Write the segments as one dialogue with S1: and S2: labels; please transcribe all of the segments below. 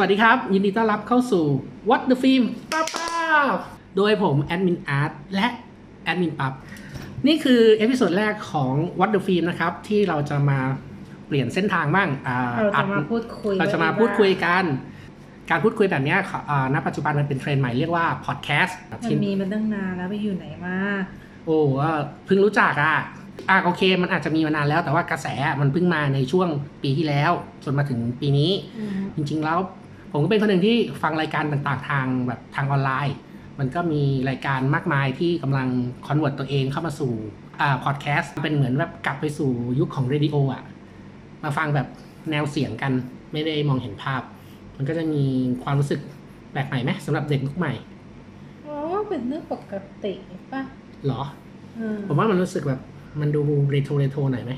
S1: วัสดีครับ ยินดีต้อนรับเข้าสู่ What the Film ป้าป้าโดยผมแอดมินอาร์ตและแอดมินปั๊บนี่คือเอพิโซดแรกของ What the Film นะครับ ที่เราจะมาเปลี่ยนเส้นทางบ้างอ่า
S2: เรา
S1: อัด
S2: จะมาพูดคุย
S1: เราจะมาพูดคุยกัน การพูดคุยแบบเนี้ยขออ่าณปัจจุบันมันเป็นเทรนด์ใหม่เรียกว่าพอดแคสต์
S2: มันมีมันตั้งนานแล้วไปอยู่ไหนมา
S1: โอ้เออเพิ่งรู้จักอ่ะอ่ะโอเค มันอาจจะมีมานานแล้วแต่ว่ากระแสมันเพิ่งมาในช่วงปีที่แล้ว จนมาถึงปีนี้ จริงๆแล้วผมก็เป็นคนหนึ่งที่ฟังรายการต่างๆ ทางแบบทางออนไลน์ มันก็มีรายการมากมายที่กำลังคอนเวิร์ตตัวเองเข้ามาสู่อ่าพอดแคสต์เป็นเหมือนแบบกลับไปสู่ยุคของเรดิโออ่ะ มาฟังแบบแนวเสียงกันไม่ได้มองเห็นภาพ มันก็จะมีความรู้สึกแปลกใหม่ไหมสำหรับเด็กยุคใหม่
S2: อ๋อเป็นเรื่องปกติป่ะ
S1: เหรอ
S2: เออ
S1: ผมว่ามันรู้สึกแบบมันดูเรโทรเรโทรหน่อยไหม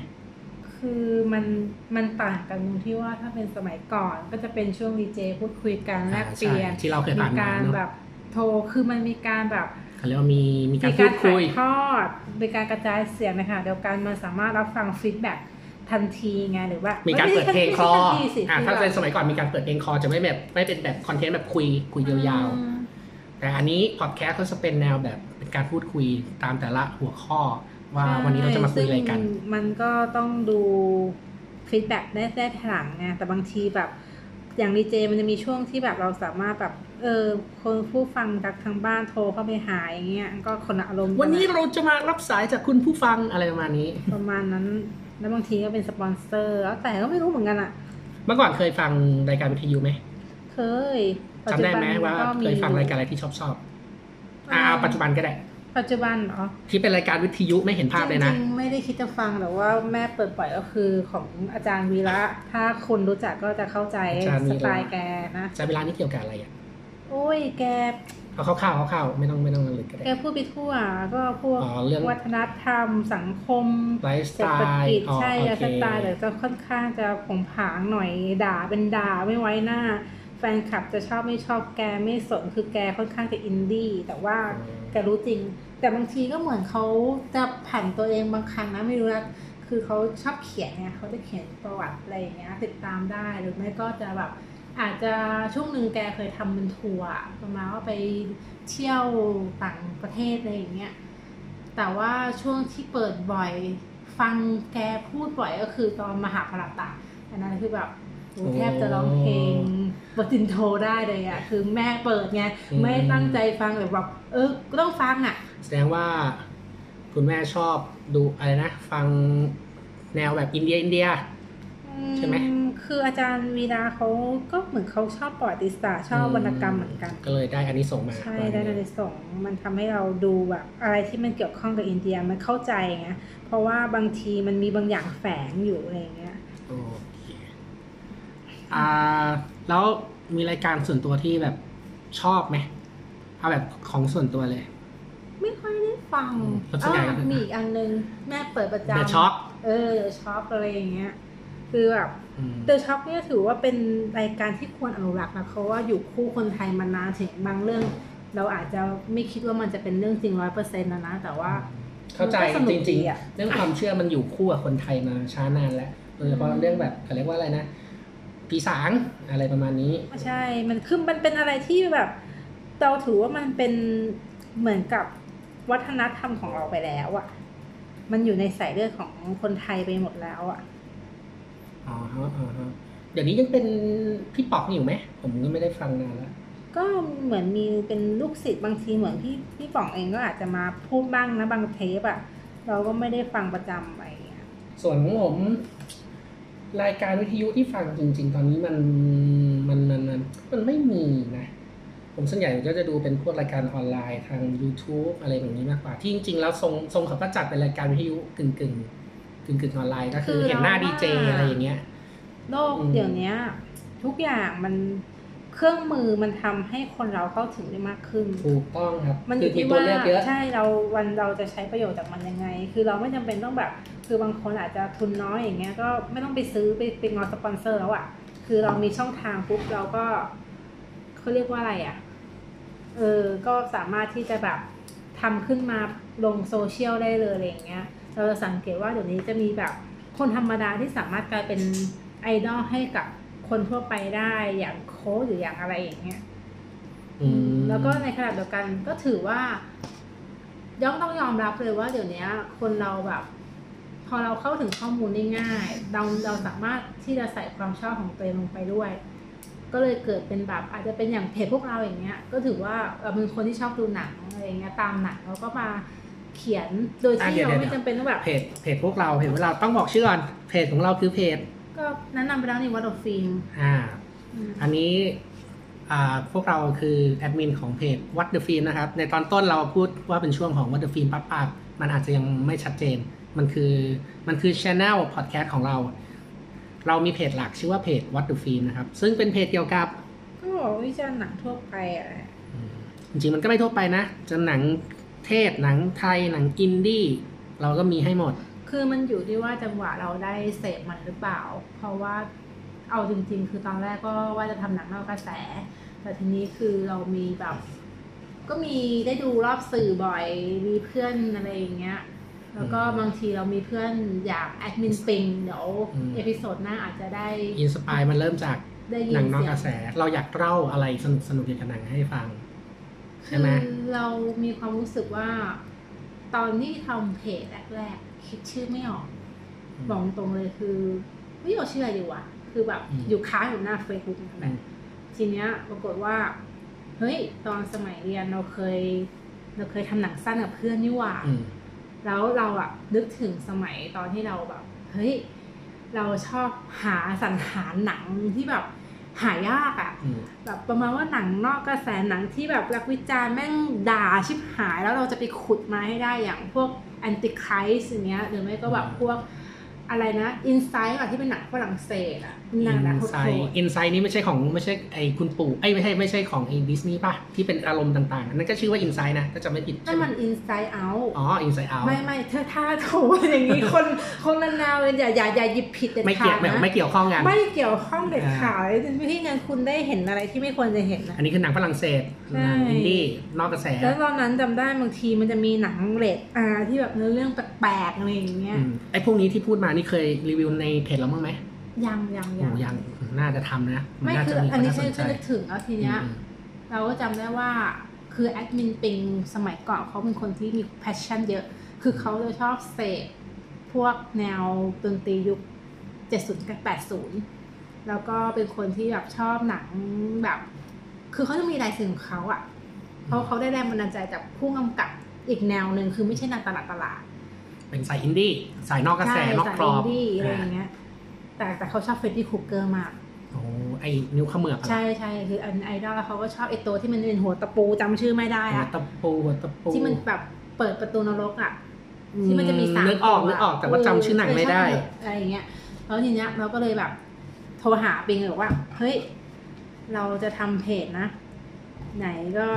S2: คือมันมันต่างกันตรงที่ว่าถ้าเป็นสมัยก่อนก็จะเป็นช่วงดีเจพูดคุยกันแลกเปลี่ยน
S1: อ่าใช่ที่เราเคย
S2: มี
S1: ผ่านมาก
S2: การ
S1: เน
S2: แบ
S1: อะ
S2: บโทรคือมันมีการแบบ
S1: เขาเรียกว่ามีมีการ
S2: มี
S1: พู
S2: การ
S1: ด
S2: ถ่า
S1: คุย
S2: ยทอดมีการกระจายเสียงนะคะเดียวกันมันสามารถรับฟังฟีดแบ็กทันทีไงหรือว่า
S1: มี
S2: มี
S1: การเปิดเพลงคลอ
S2: ทันทีสิ
S1: อ่ะ
S2: คือ
S1: ถ้าเป็น
S2: แบบ
S1: สมัยก่อนมีการเปิดเพลงคลอจะไม่แบบไม่เป็นแบบคอนเทนต์แบบคุยคุยยาว
S2: อืม
S1: ๆ แต่อันนี้พอดแคสต์ก็จะเป็นแนวแบบเป็นการพูดคุยตามแต่ละหัวข้อ ว่า
S2: ใช่
S1: วันนี้เราจะมาคุยอะไรกัน
S2: ซึ่งมันก็ต้องดูฟีดแบ็กได้ได้ทีหลังไงแต่บางทีแบบอย่างดีเจมันจะมีช่วงที่แบบเราสามารถแบบเออคนผู้ฟังจากทางบ้านโทรเข้าไปหาอย่างเงี้ยก็คนละอารมณ์กั
S1: วันนี้เราจะมารับสายจากคุณผู้ฟังอะไรประมาณนี้
S2: ประมาณนั้น แล้วบางทีก็เป็นสปอนเซอร์แล้วแต่ก็ไม่รู้เหมือนกันอ่ะ
S1: เมื่อก่อนเคยฟังรายการวิทยุไหม
S2: เคยปัจ
S1: จำ
S2: จุ
S1: ได้
S2: บัน
S1: ไหมว่า
S2: ก็มี
S1: เคยฟังรายการอะไรที่ชอบชอบอ่าเอาปัจจุบันก็ได้
S2: ปัจจุบันเหรอ
S1: ที่เป็นรายการวิทยุไม่เห็นภาพเลยนะ
S2: จริงๆไม่ได้คิดจะฟังแต่ว่าแม่เปิดปล่อยก็คือของอาจารย์วีระ ถ้าคนรู้จักก็จะเข้าใจ
S1: อาจารย์วี
S2: ส
S1: ระ
S2: ไตล์แกนะ
S1: จะเวลานี้เกี่ยวกับอะไรอ่ะ
S2: โอ้ยแก
S1: เอาคร่าวๆคร่าวๆไม่ต้องไม่ต้องลึกก็ได้
S2: แกพูดไปทั่วก็พวก
S1: อ๋อเรื่อง
S2: วัฒนธรรม สังคม
S1: ไลฟ์ส
S2: เศร
S1: ไต
S2: ษฐกิ
S1: ล์
S2: จ
S1: อ๋อ
S2: ใช่
S1: โอ
S2: แล้ว
S1: เค
S2: สไตล์แต่จะค่อนข้างจะผงผางหน่อยด่าเป็นด่าไม่ไว้หน้า แฟนคลับจะชอบไม่ชอบแกไม่สนคือแกค่อนข้างจะอินดี้แต่ว่า แต่รู้จริง แต่บางทีก็เหมือนเขาจะผ่านตัวเองบางครั้งนะไม่รู้นะคือเขาชอบเขียนไงเขาจะเขียนประวัติอะไรอย่างเงี้ยติดตามได้หรือไม่ก็จะแบบ อาจจะช่วงหนึ่งแกเคยทำเป็นทัวร์อะประมาณว่าไปเที่ยวต่างประเทศอะไรอย่างเงี้ยแต่ว่าช่วงที่เปิดบ่อย ฟังแกพูดบ่อยก็คือตอนมหาพรตะอันนั้นคือแบบโห
S1: โอ้
S2: แทบจะร้องเพลงบทจินโทได้เลยอะคือแม่เปิดไงไม่ตั้งใจฟังแต่แบบเออก็ต้องฟังอะ
S1: แสดงว่าคุณแม่ชอบดูอะไรนะ ฟังแนวแบบอินเดียอินเดีย ใช่ไหม
S2: อืคืออาจารย์วีราเขาก็เหมือนเขาชอบประวัติศาสตร์ชอบวรรณกรรมเหมือนกัน
S1: ก็เลยได้อันนี้ส่งส์มา
S2: ใช่ได้ในสงส์มันทำให้เราดูแบบอะไรที่มันเกี่ยวข้องกับอินเดียมันเข้าใจไงเพราะว่าบางทีมันมีบางอย่างแฝงอยู่อะไรอย่างเงี้ย
S1: โอเคอ่าแล้วมีรายการส่วนตัวที่แบบชอบไหมเอาแบบของส่วนตัวเลย
S2: ไม่ค่อยได้ฟัง
S1: อืมแล้วส่วนใหญ่ก็คือ
S2: มีอีกอันนึงแม่เปิดประจำ
S1: เดอะช็อค
S2: เออเดอะช็อปอะไรอย่างเงี้ยคือแบบ เดอะช็อคเนี่ยถือว่าเป็นรายการที่ควรอนุรักษ์นะเพราะว่าอยู่คู่คนไทยมานานถึงบางเรื่อง เราอาจจะไม่คิดว่ามันจะเป็นเรื่องจริงร้อยเปอร์เซ็นต์นะนะ แต่ว่า
S1: เข้าใจ
S2: มันก็สนุ
S1: จ
S2: กดี
S1: ริง
S2: อะ
S1: ๆ เรื่องความเชื่อมันอยู่คู่กับคนไทยมาช้านานแล้วโดยเฉพาะ
S2: อืม
S1: เรื่องแบบเขาเรียกว่าอะไรนะปีสางอะไรประมาณนี้
S2: ใช่ มันคือมันเป็นอะไรที่แบบ เราถือว่ามันเป็นเหมือนกับวัฒนธรรมของเราไปแล้วอะ่ะ มันอยู่ในสายเลือดของคนไทยไปหมดแล้วอะ่ะ
S1: อ๋อฮะอ๋อฮะเดี๋ยวนี้ยังเป็นพี่ปอกอยู่ไหม ผมก็ไม่ได้ฟังนานแล้ว
S2: ก็เหมือนมีเป็นลูกศิษย์บางทีเหมือนพี่พี่ป๋องเองก็อาจจะมาพูดบ้างนะบางเทปอะ่ะ เราก็ไม่ได้ฟังประจำอะไรอย่างเงี้ย
S1: ส่วนของผม รายการวิทยุที่ฟังจริง ๆ ตอนนี้มันมันมันมันมันไม่มีนะ ผมส่วนใหญ่ก็จะดูเป็นพวกรายการออนไลน์ทาง YouTube อะไรแบบนี้มากกว่า ที่จริง ๆ แล้วทรงทรงเขาก็จัดเป็นรายการวิทยุกึ่งกึ่งกึ่งกึ่งออนไลน์ก็คือเห็นหน้าดีเจอะไรอย่างเงี้ย
S2: โลก
S1: อืม
S2: เดี๋ยวเนี้ย ทุกอย่างมันเครื่องมือมันทำให้คนเราเข้าถึงได้มากขึ้น
S1: ถูกต้องครับ
S2: มันอ
S1: คื
S2: ยู่ที่
S1: ตัว
S2: ว่า
S1: เลือกเยอะ
S2: ใช่เราวันเราจะใช้ประโยชน์จากมันยังไง คือเราไม่จำเป็นต้องแบบ คือบางคนอาจจะทุนน้อยอย่างเงี้ยก็ไม่ต้องไปซื้อไปไปงอสปอนเซอร์แล้วอะ่ะ คือเรามีช่องทางปุ๊บเราก็เขาเรียกว่าอะไรอะ่ะเออก็สามารถที่จะแบบทำขึ้นมาลงโซเชียลได้เลยอะไรอย่างเงี้ย เราจะสังเกตว่าเดี๋ยวนี้จะมีแบบคนธรรมดาที่สามารถกลายเป็นไอดอลให้กับค คนทั่วไปได้อย่างโค้ชหรืออย่างอะไรอย่างเงี้ย
S1: อืม
S2: แล้วก็ในขณะเดียวกันก็ถือว่าย่อมต้องยอมรับเลยว่าเดี๋ยวเนี้ย คนเราแบบ พอเราเข้าถึงข้อมูลได้ง่าย เราเราสามารถที่จะใส่ความชอบของตัวเองลงไปด้วย ก็เลยเกิดเป็นแบบอาจจะเป็นอย่างเพจพวกเราอย่างเงี้ย ก็ถือว่าเออเป็นคนที่ชอบดูหนังอะไรอย่างเงี้ยตามหนังเราก็มาเขียนโดย
S1: อ่ะ
S2: ที่
S1: เดี๋ยว
S2: เราไม่
S1: เดี๋ยว
S2: จำเป็นต้องแบบ
S1: เพจเพจพวกเราเพจพวกเราต้องบอกชื่อก่อนเพจของเราคือเพจ
S2: ก็แนะนำไปแล้วนี่วัดออฟฟิล์ม
S1: อ่า
S2: อืม
S1: อันนี้อ่าพวกเราคือแอดมินของเพจ What the Film นะครับ ในตอนต้นเราพูดว่าเป็นช่วงของ What the Film ปั๊บปั๊บมันอาจจะยังไม่ชัดเจน มันคือมันคือ Channel Podcast ของเรา เรามีเพจหลักชื่อว่าเพจ What the Film นะครับ ซึ่งเป็นเพจเกี่ยวกับ
S2: ก็บอกว่าวิจารณ์หนังทั่วไปอะไร
S1: จริงๆมันก็ไม่ทั่วไปนะจะหนังเทศหนังไทยหนังอินดี้เราก็มีให้หมด
S2: คือมันอยู่ที่ว่าจังหวะเราได้เสพมันหรือเปล่า เพราะว่าเอาจริง ๆ คือตอนแรกก็ว่าจะทำหนังนอกกระแส แต่ทีนี้คือเรามีแบบ ก็มีได้ดูรอบสื่อบ่อยมีเพื่อนอะไรอย่างเงี้ย แล้วก็
S1: อืม
S2: บางทีเรามีเพื่อนอยากแอดมินปิงเดี๋ยว
S1: อืม
S2: เอพิโซดหน้าอาจจะได้
S1: อินสปายมันเริ่มจาก
S2: ได้ยิ
S1: หนั
S2: น
S1: งนอก
S2: เสีย
S1: กระแส เราอยากเล่าอะไรสนุกสนุกๆเกี่ยวกับหนังให้ฟัง ใช่
S2: คือ
S1: ไหม
S2: เรามีความรู้สึกว่า ตอนที่ทำเพจแรกๆคิดชื่อไม่ออก บอกตรงเลยคือไม่เอาชื่ออะไรดีวะคือแบบ
S1: อืม
S2: อยู่ค้างอยู่หน้า Facebook นั่นแห
S1: อื
S2: ละ
S1: ม
S2: ทีเนี้ยปรากฏว่าเฮ้ยตอนสมัยเรียนเราเคย เราเคยทำหนังสั้นกับเพื่อนนี่หว่า
S1: อืม
S2: แล้วเราอะนึกถึงสมัยตอนที่เราแบบ เฮ้ย เราชอบหาสรรหาหนังที่แบบหายากอะ
S1: อืม
S2: แบบประมาณว่าหนังนอกกระแสหนังที่แบบรักวิจารณ์แม่งด่าชิบหาย แล้วเราจะไปขุดมาให้ได้อย่างพวกแอนติไคส์อย่างเงี้ยหรือไม่ก็แบบพวกอะไรนะอินไซต์อะที่เป็นหนังฝรั่งเศสอะหนังหนังโคต
S1: ไซด์อินไซด์นี่ไม่ใช่ของไม่ใช่ไอ้คุณปู่ไอ้ยไม่ใช่ไม่ใช่ของไอ้ดิสนีย์ป่ะ ที่เป็นอารมณ์ต่างๆอันนั่นก็ชื่อว่าอินไซด์นะก็จะไม่ผิด
S2: นั่
S1: ใช่
S2: น
S1: ไหม
S2: มันอินไซต์เอา
S1: อ๋ออินไซด์เอา
S2: ไม่ไม่เธอถ้าถูกอย่างนี้ คนคนละนาวเลยอย่าอย่าอย่าหยิบผิดเด็ดขาดนะ
S1: ไม่เกี่ยวไม่ไม่เกี่ยวข้องกัน
S2: ไม่เกี่ยวข้องเด็ด
S1: อ่า
S2: ขาดเลยที่งานคุณได้เห็นอะไรที่ไม่ควรจะเห็นนะ
S1: อันนี้คือหนังฝรั่งเศสห
S2: ใช่
S1: นังอินดี้นอกกระแส
S2: แล้วตอนนั้นจำได้บางทีมันจะมีหนังเรทอาที่แบบเนื้อเรื่องแปลกๆอะไรอย่างเงี้ย
S1: อืมไอ้พวกนี้ที่พูดมานี่เคยรีวิวในเพจเราบ้างไหม
S2: ยังยัง
S1: โอ้
S2: ยัง
S1: ยังน่าจะทำนะน
S2: ไม่
S1: น่า
S2: คือ
S1: จะมี
S2: อันนี้
S1: า
S2: ฉันก็นึกถึงแล้วทีเนี้ย
S1: อืม
S2: เราก็จำได้ว่าคือแอดมินปิงสมัยก่อนเขาเป็นคนที่มี p พ s ชั่นเยอะ คือเขาจะชอบเสพพวกแนวดนตรียุค 70 กับ 80 แล้วก็เป็นคนที่แบบชอบหนังแบบ คือเขาจะมีลายเซ็นของเขาอะ เพราะเขาได้แรงบันดาลใจจากผู้กำกับอีกแนวหนึ่งคือไม่ใช่นางตลาดตลาด
S1: เป็นสายอินดี้สายนอกกระแส
S2: ใช่
S1: นอก
S2: สาย
S1: กรอบ
S2: นดี้อะไรอ
S1: อ่า
S2: ย่างเงี้ยแต่แต่เขาชอบเฟรดดี้คุกเกอร์มาก
S1: โอ้ไอ้นิ้วขมือบอะ
S2: ใช่ใช่คืออันไอดอลแล้วเขาก็ชอบไอตัวที่มันเป็นหัวตะปูจำชื่อไม่ได้
S1: หัว
S2: อะ
S1: ตะปูหัวตะปู
S2: ที่มันแบบเปิดประตูนรกอะที่มันจะมีสาม
S1: นึกออก
S2: ตัว
S1: นึกออกแต่ว่าจำชื่อหนังไม่ได้
S2: เออจำอะไรอย่างเงี้ยแล้วทีเนี้ยเราก็เลยแบบ โทรหาปิงเลยบอกว่า เฮ้ย เราจะทำเพจนะ ไหนก็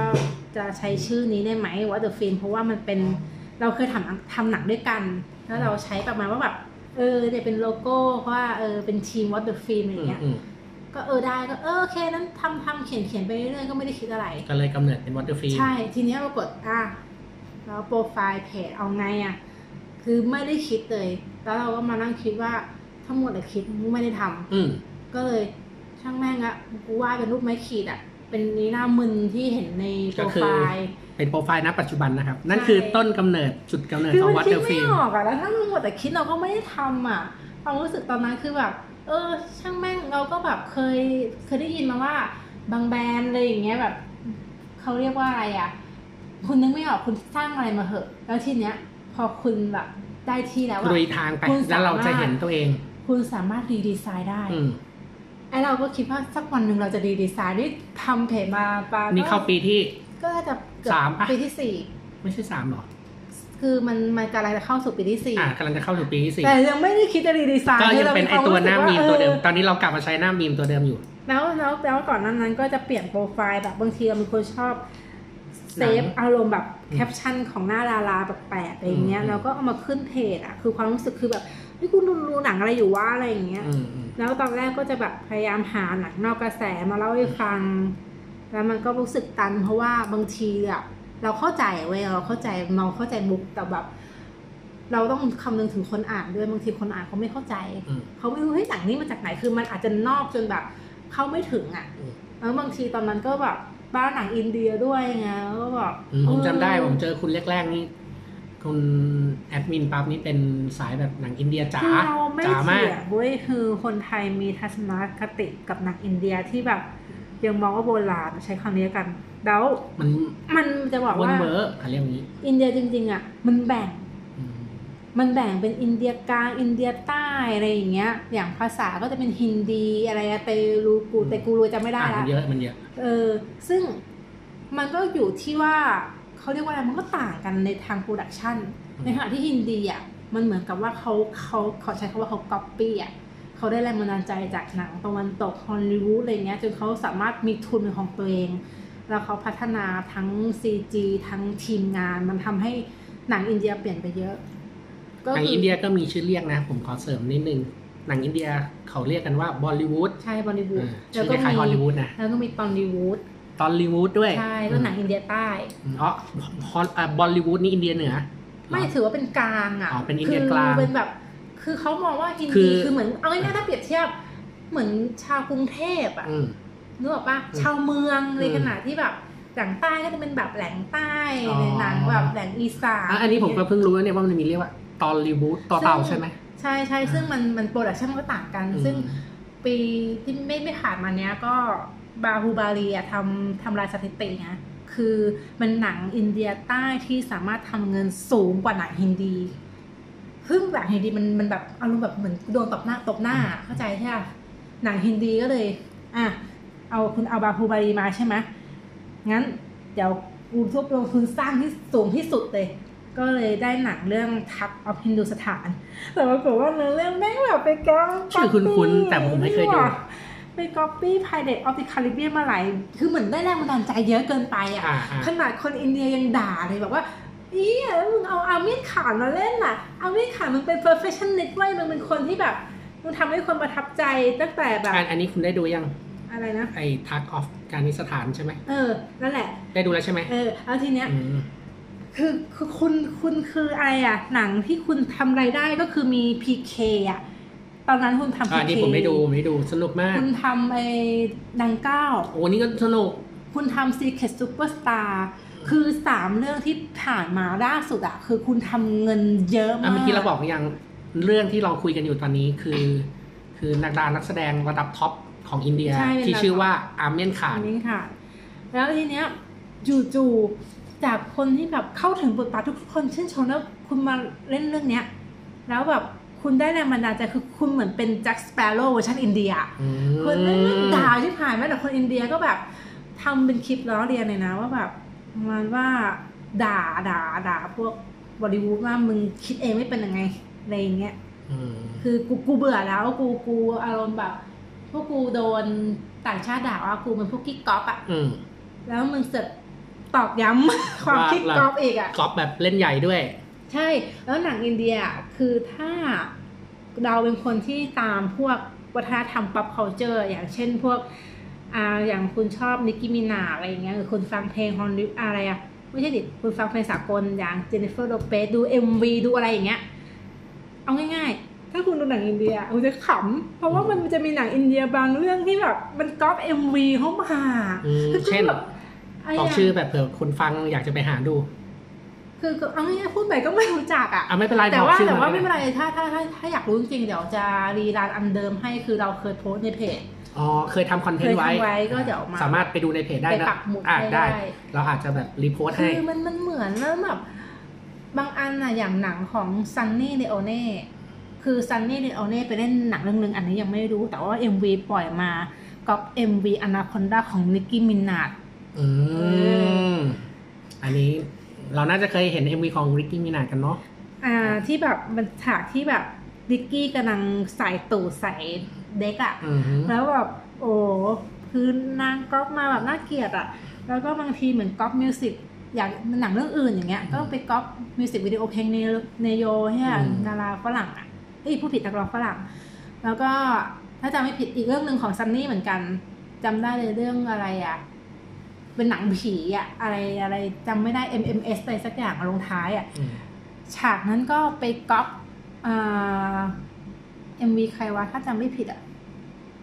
S2: จะใช้ชื่อนี้ได้ไหมว่าเดอะฟิล์มเพราะว่ามันเป็น เราเคยทำทำหนังด้วยกัน แล้วเราใช้ประมาณว่าแบบ เออเนี่ยเป็นโลโก้ว่าเออเป็นทีมวัตเดอร์ฟิล์มอะไรเงี้ย
S1: อืม
S2: ก็เออได้ก็เออโอเคนั้นทำทำเขียนเขียนไปเรื่อยๆก็ไม่ได้คิดอะไร
S1: ๆก็เลยกำเนิดเป็นวอเตอร์ฟิล์ม
S2: ใช่ ทีเนี้ยปรากฏอ่ะแล้วโปรไฟล์เพจเอาไงอ่ะ คือไม่ได้คิดเลย แล้วเราก็มานั่งคิดว่าทั้งหมดอะคิดไม่ได้ทำ
S1: อืม
S2: ก็เลยช่างแม่งอะกูวาดเป็นรูปไม้ขีดอะเป็นนีหน้ามึนที่เห็นในโปร
S1: ก็คื
S2: ไฟ
S1: อ
S2: ล์
S1: เป็นโปรไฟล์ณปัจจุบันนะครับ นั่น
S2: ใช่
S1: คือต้นกำเนิดจุดกำเนิด
S2: คือ
S1: ของ
S2: มั
S1: วัน ตเตอร์
S2: คิดไม่
S1: ฟิล์ม
S2: ออกอะแล้วทั้งหมดแต่คิดเราก็ไม่ได้ทำอะความรู้สึกตอนนั้นคือแบบ เออ ช่างแม่งเราก็แบบเคยเคยได้ยินมาว่า บางแบรนด์อะไรอย่างเงี้ยแบบเขาเรียกว่าอะไรอะคุณนึกไม่ออกคุณสร้างอะไรมาเหอะ แล้วทีเนี้ย พอคุณแบบได้ที่แล้วอะ
S1: ลุยทางไป
S2: คุณ
S1: แล้วเราจะ
S2: สามารถ
S1: เห็นตัวเอง
S2: คุณสามารถรีดีไซน์ได้
S1: อืม
S2: ไอเราก็คิดว่าสักวันหนึ่งเราจะรีดีไซน์นี่ทำเพจมาปา
S1: นี่เข้าปีที่
S2: ก็น่าจะเกือบ
S1: สามปะ
S2: ปีที่สี่
S1: ไม่ใช่สามหรอ
S2: คือมันมันกำลังจะเข้าสู่ปีที่สี่
S1: อ่ากำลังจะเข้าถึงปีที่สี่
S2: แต่ยังไม่ได้คิดจะรีดีไซน์
S1: ก็ยังเป็นไอตัวหน้ามีมตัวเดิม ต
S2: ออ
S1: อนนี้เรากลับมาใช้หน้ามีมตัวเดิมอยู่
S2: แล้วแล้วแล้วก่อนหนั้นนั้นก็จะเปลี่ยนโปรไฟล์แบบบางทีเราเป็นคนชอบเซฟ
S1: หนัง
S2: อารมณ์แบบ
S1: อืม
S2: แคปชั่นของหน้าดาราแปลกๆอะไรอย่างเงี้ย
S1: อืม
S2: แล้วก็เอามาขึ้นเพจอ่ะคือความรู้สึกคือแบบนี่กูดูหนังอะไรอยู่วะอะไรอย่างเงี้ย
S1: อืมอืม
S2: แล้วตอนแรกก็จะแบบพยายามหาหนังนอกกระแสมาเล่าให้ฟัง แล้วมันก็รู้สึกตัน เพราะว่าบางทีอะเราเข้าใจเว้ยเราเข้าใจเราเข้าใจมุกแต่แบบ เราต้องคำนึงถึงคนอ่านด้วยบางทีคนอ่านเขาไม่เข้าใจ
S1: อืม
S2: เขาไม่รู้เฮ้ยหนังนี้มาจากไหนคือมันอาจจะนอกจนแบบ เข้าไม่ถึงอ่ะ
S1: อืม
S2: แล้วบางทีตอนนั้นก็แบบบ้านหนังอินเดียด้วยไงแล้วก็แบบ
S1: อืมผมจำได้
S2: เออ
S1: ผมเจอคุณแรกๆนี่คุณแอดมินปั๊บนี่เป็นสายแบบหนังอินเดียจ๋า
S2: คือเราไม่
S1: จ๋ามา
S2: เถี
S1: ก
S2: ยงเว้ยคือคนไทยมีทัศนคติกับหนังอินเดียที่แบบยังมองว่าโบราณใช้คำนี้กัน แล้ว
S1: มัน
S2: มันจะบอก
S1: วน
S2: ว่า
S1: เบอร์เขาเรียกอย่างนี้
S2: อินเดียจริง ๆอ่ะมันแบ่ง
S1: อืม
S2: มันแบ่งเป็นอินเดียกลางอินเดียใต้อะไรอย่างเงี้ย อย่างภาษาก็จะเป็นฮินดีอะไรอะเตลูกูเตกูรูจะไม่ได้
S1: อ่ะ
S2: ละ
S1: มันเยอะมันเยอะ
S2: เออซึ่งมันก็อยู่ที่ว่าเขาเรียกว่าอะไรมันก็ต่างกันในทางโปรดักชัน
S1: อืม
S2: ในขณะที่ฮินดีอ่ะมันเหมือนกับว่าเขาเขาเขาใช้คำว่าเขาก๊อปปี้อ่ะเขาได้แรงบันดาลใจจากหนังตะวันตกฮอลลีวูดอะไรเงี้ยจนเขาสามารถมีทุนเป็นของตัวเอง แล้วเขาพัฒนาทั้ง CG ทั้งทีมงาน มันทำให้หนังอินเดียเปลี่ยนไปเยอะ
S1: หนัง
S2: คื
S1: อินเดียก็มีชื่อเรียกนะ ผมขอเสริมนิดนึง หนังอินเดียเขาเรียกกันว่าบอลลีวูด
S2: ใช่บอลลีวูด
S1: ชื่อคล้ายๆฮอลลีวูดนะ
S2: แล้วก็มีตอนลีวูด
S1: ตอนลีวูดด้วย
S2: ใช่ก็หนังอินเดียใต้
S1: อืมอ๋อฮอลอ่ะบอลลีวูดนี่อินเดียเหนือ
S2: ไม่ถือว่าเป็นกลางอ่ะ
S1: อ๋อเป็นอินเดียกลาง
S2: คือเป็นแบบ คือเขามองว่าอิน
S1: คื
S2: เดี
S1: อ
S2: ยคือเหมือนเอาง่ายๆถ้าเปรียบเทียบ เหมือนชาวกรุงเทพอ่ะ
S1: อืม
S2: นึกออกปะ
S1: อืม
S2: ชาวเมืองใน
S1: อืม
S2: ขณะที่แบบหลังใต้ก็จะเป็นแบบแหลงใต้
S1: อ๋อ
S2: ในหนังแบบแหลงอีสาน
S1: อ่ะอันนี้ผมก็เพิ่งรู้นะเนี่ยว่ามันมีเรียกว่าตอนลีวูดต่อเต่าใช่ไหม
S2: ใช่ใช่ซึ่งมันมันโปรดักชั่นมันก็ต่างกัน ซึ่งปีที่ไม่ไม่ผ่านมาเนี้ยก็บาฮูบาลีอะทำทำลายสถิตินะคือมันหนังอินเดียใต้ที่สามารถทำเงินสูงกว่าหนังฮินดีซึ่งหนังฮินดีมันมันแบบอารมณ์แบบเหมือนโดนตบหน้าตบหน้าเข้าใจใช่ปะหนังฮินดีก็เลย อ่ะเอาคุณเอาบาฮูบาลีมาใช่ไหมงั้นเดี๋ยวกูรวบรวมทุนสร้างที่สูงที่สุดเลย ก็เลยได้หนังเรื่องทับออฟฮินดูสถาน แต่ปรากฏว่าเนื้อเรื่องแม่งแบบไปก๊อป
S1: ชื่อคุ้นๆแต่ผมไม่เคยดู
S2: ไปก๊อปปี้ Pirate of the Caribbean มาหลายคือเหมือนได้แรงบันดาลใจเยอะเกินไปอ่ะ
S1: อ่าอ่า
S2: ขนาดคนอินเดียยังด่าเลยแบบว่าอียแล้วมึงเอาอาเมียนขานมาเล่นน่ะ อาเมียนขานมึงเป็น perfectionist ไว้ยมึงเป็นคนที่แบบมึงทำให้คนประทับใจตั้งแต่แบบ
S1: อันอันนี้คุณได้ดูยัง
S2: อะไรนะ
S1: ไอ้ทักออฟการนิสถานใช่ไหม
S2: เออ นั่นแหละ
S1: ได้ดูแล้วใช่ไหม
S2: เออ เอาทีเนี้ย
S1: อืม
S2: คือคือคุณคุณคืออะไรอ่ะ หนังที่คุณทำไรายได้ก็คือมี PK อ่ะ ตอนนั้นคุณทำ
S1: อ่า
S2: PK
S1: นี่ผมไม่ดูผมไม่ดูสนุกมาก
S2: คุณทำไอ้ดังเก้า
S1: โอ้นี่ก็สนุก
S2: คุณทำ Secret Superstar คือ 3 เรื่องที่ผ่านมาล่าสุดอะคือคุณทำเงินเยอะมา
S1: อ่ะ
S2: ก
S1: เมื่อกี้เราบอกหรือยังเรื่องที่เราคุยกันอยู่ตอนนี้คือ คือนักดานักแสดงระดับท็อปของอินเดีย
S2: ใเป็น
S1: ที่ชื่อว่าอาร์เมนขาน
S2: อันนี้ค่ะ แล้วทีเนี้ยจู่ๆจากคนที่แบบเข้าถึงบทบาททุกคนชื่นชมแล้วคุณมาเล่นเรื่องเนี้ย แล้วแบบคุณได้แรงบันดาลใจคือคุณเหมือนเป็นแจ็คสเปโร่เวอร์ชันอินเดีย คนไม่ไม่ด่าที่ผ่านแม้แต่คนอินเดียก็แบบทำเป็นคลิปล้อเรียนเลยนะว่าแบบประมันว่าด่าด่าด่าพวกบอลลิวูดว่ามึงคิดเองไม่เป็นยังไงอะไรอย่างเงี้ยคือกูกูเบื่อแล้วกูกูอารมณ์แบบ พวกกูโดนต่างชาติด่าว่ากูเป็นพวกกิ๊กก๊อปอะแล้วมึงเสอกตอกย้ำ ความ
S1: ว่า
S2: คิดก๊อปอีกอะ
S1: กอปแบบเล่นใหญ่ด้วย
S2: ใช่ แล้วหนังอินเดียอ่ะคือถ้าเราเป็นคนที่ตามพวกวัฒนธรรม pop culture อย่างเช่นพวกอ่าอย่างคุณชอบนิกกี้มินาอะไรอย่างเงี้ยหรือคุณฟังเพลงฮอนลิอะไรอ่ะ ไม่ใช่ดิคุณฟังเพลงสากลอย่างเจนนิเฟอร์โลเปสดู MV ดูอะไรอย่างเงี้ย เอาง่ายๆ ถ้าคุณดูหนังอินเดียคุณจะขำ เพราะว่ามันจะมีหนังอินเดียบางเรื่องที่แบบมันก๊อป MV เข้ามา
S1: อืม
S2: คือ
S1: เช่น
S2: แบบะไร
S1: บอก
S2: ะ
S1: ชื่อแบบเผื่อคนฟังอยากจะไปหาดู
S2: คือก็เอาง่ายๆพูดไปก็ไม่รู้จักอ่ะ
S1: อ่ะไม่เป็นไร
S2: แต่
S1: บอก
S2: ว่า
S1: ชื่อ
S2: แต่ว่าไม่
S1: ด้
S2: เป็นไรถ้าถ้าถ้าถ้าอยากรู้จริงๆเดี๋ยวจะรีรันอันเดิมให้คือเราเคยโพสต์ในเพจ
S1: อ๋อเคยทำคอนเทน
S2: เคย
S1: ต์ไว้
S2: ทำไว้ก็เดี๋ยวมา
S1: สามารถไปดูในเพจได้
S2: ไป
S1: นะ
S2: ปักหมุด
S1: อ่ะ
S2: ให้
S1: ได้ เราอาจจะแบบรีโพสต์
S2: คื
S1: ให้
S2: อมันมันเหมือนแล้วแบบบางอันอะอย่างหนังของซันนี่เดโอเน่คือซันนี่เดโอเน่ไปเล่นหนังเรื่องหนึงอันนี้ยังไม่รู้ แต่ว่า MV ปล่อยมาก๊อป MV อนาคอนดาของนิกกี้มินาด
S1: อื
S2: เอ
S1: มอันนี้เราน่าจะเคยเห็น MV ของริกกี้มินากันเนาะ
S2: อ่าที่แบบมันฉากที่แบบนิกกี้กำลังใส่ตู่ใส่เด็กอะ
S1: อืม
S2: แล้วแบบโอ้คือนางก๊อปมาแบบน่าเกลียดอะแล้วก็บางทีเหมือนก๊อปมิวสิกอย่างหนังเรื่องอื่นอย่างเงี้ยก็ไปก๊อปมิวสิกวิดีโอเพลงเนเนโยเนี่ยดาราฝรั่งอะเอ้ยผู้ผิดนักร้องฝรั่ง แล้วก็ถ้าจำไม่ผิดอีกเรื่องหนึ่งของซันนี่เหมือนกันจำได้เลยเรื่องอะไรอะเป็นหนังผีอะอะไรอะไรจำไม่ได้ MMS อะไรสักอย่างลงท้ายอะ
S1: อืม
S2: ฉากนั้นก็ไปก๊อปเอ็มวีใครวะถ้าจำไม่ผิดอ่ะ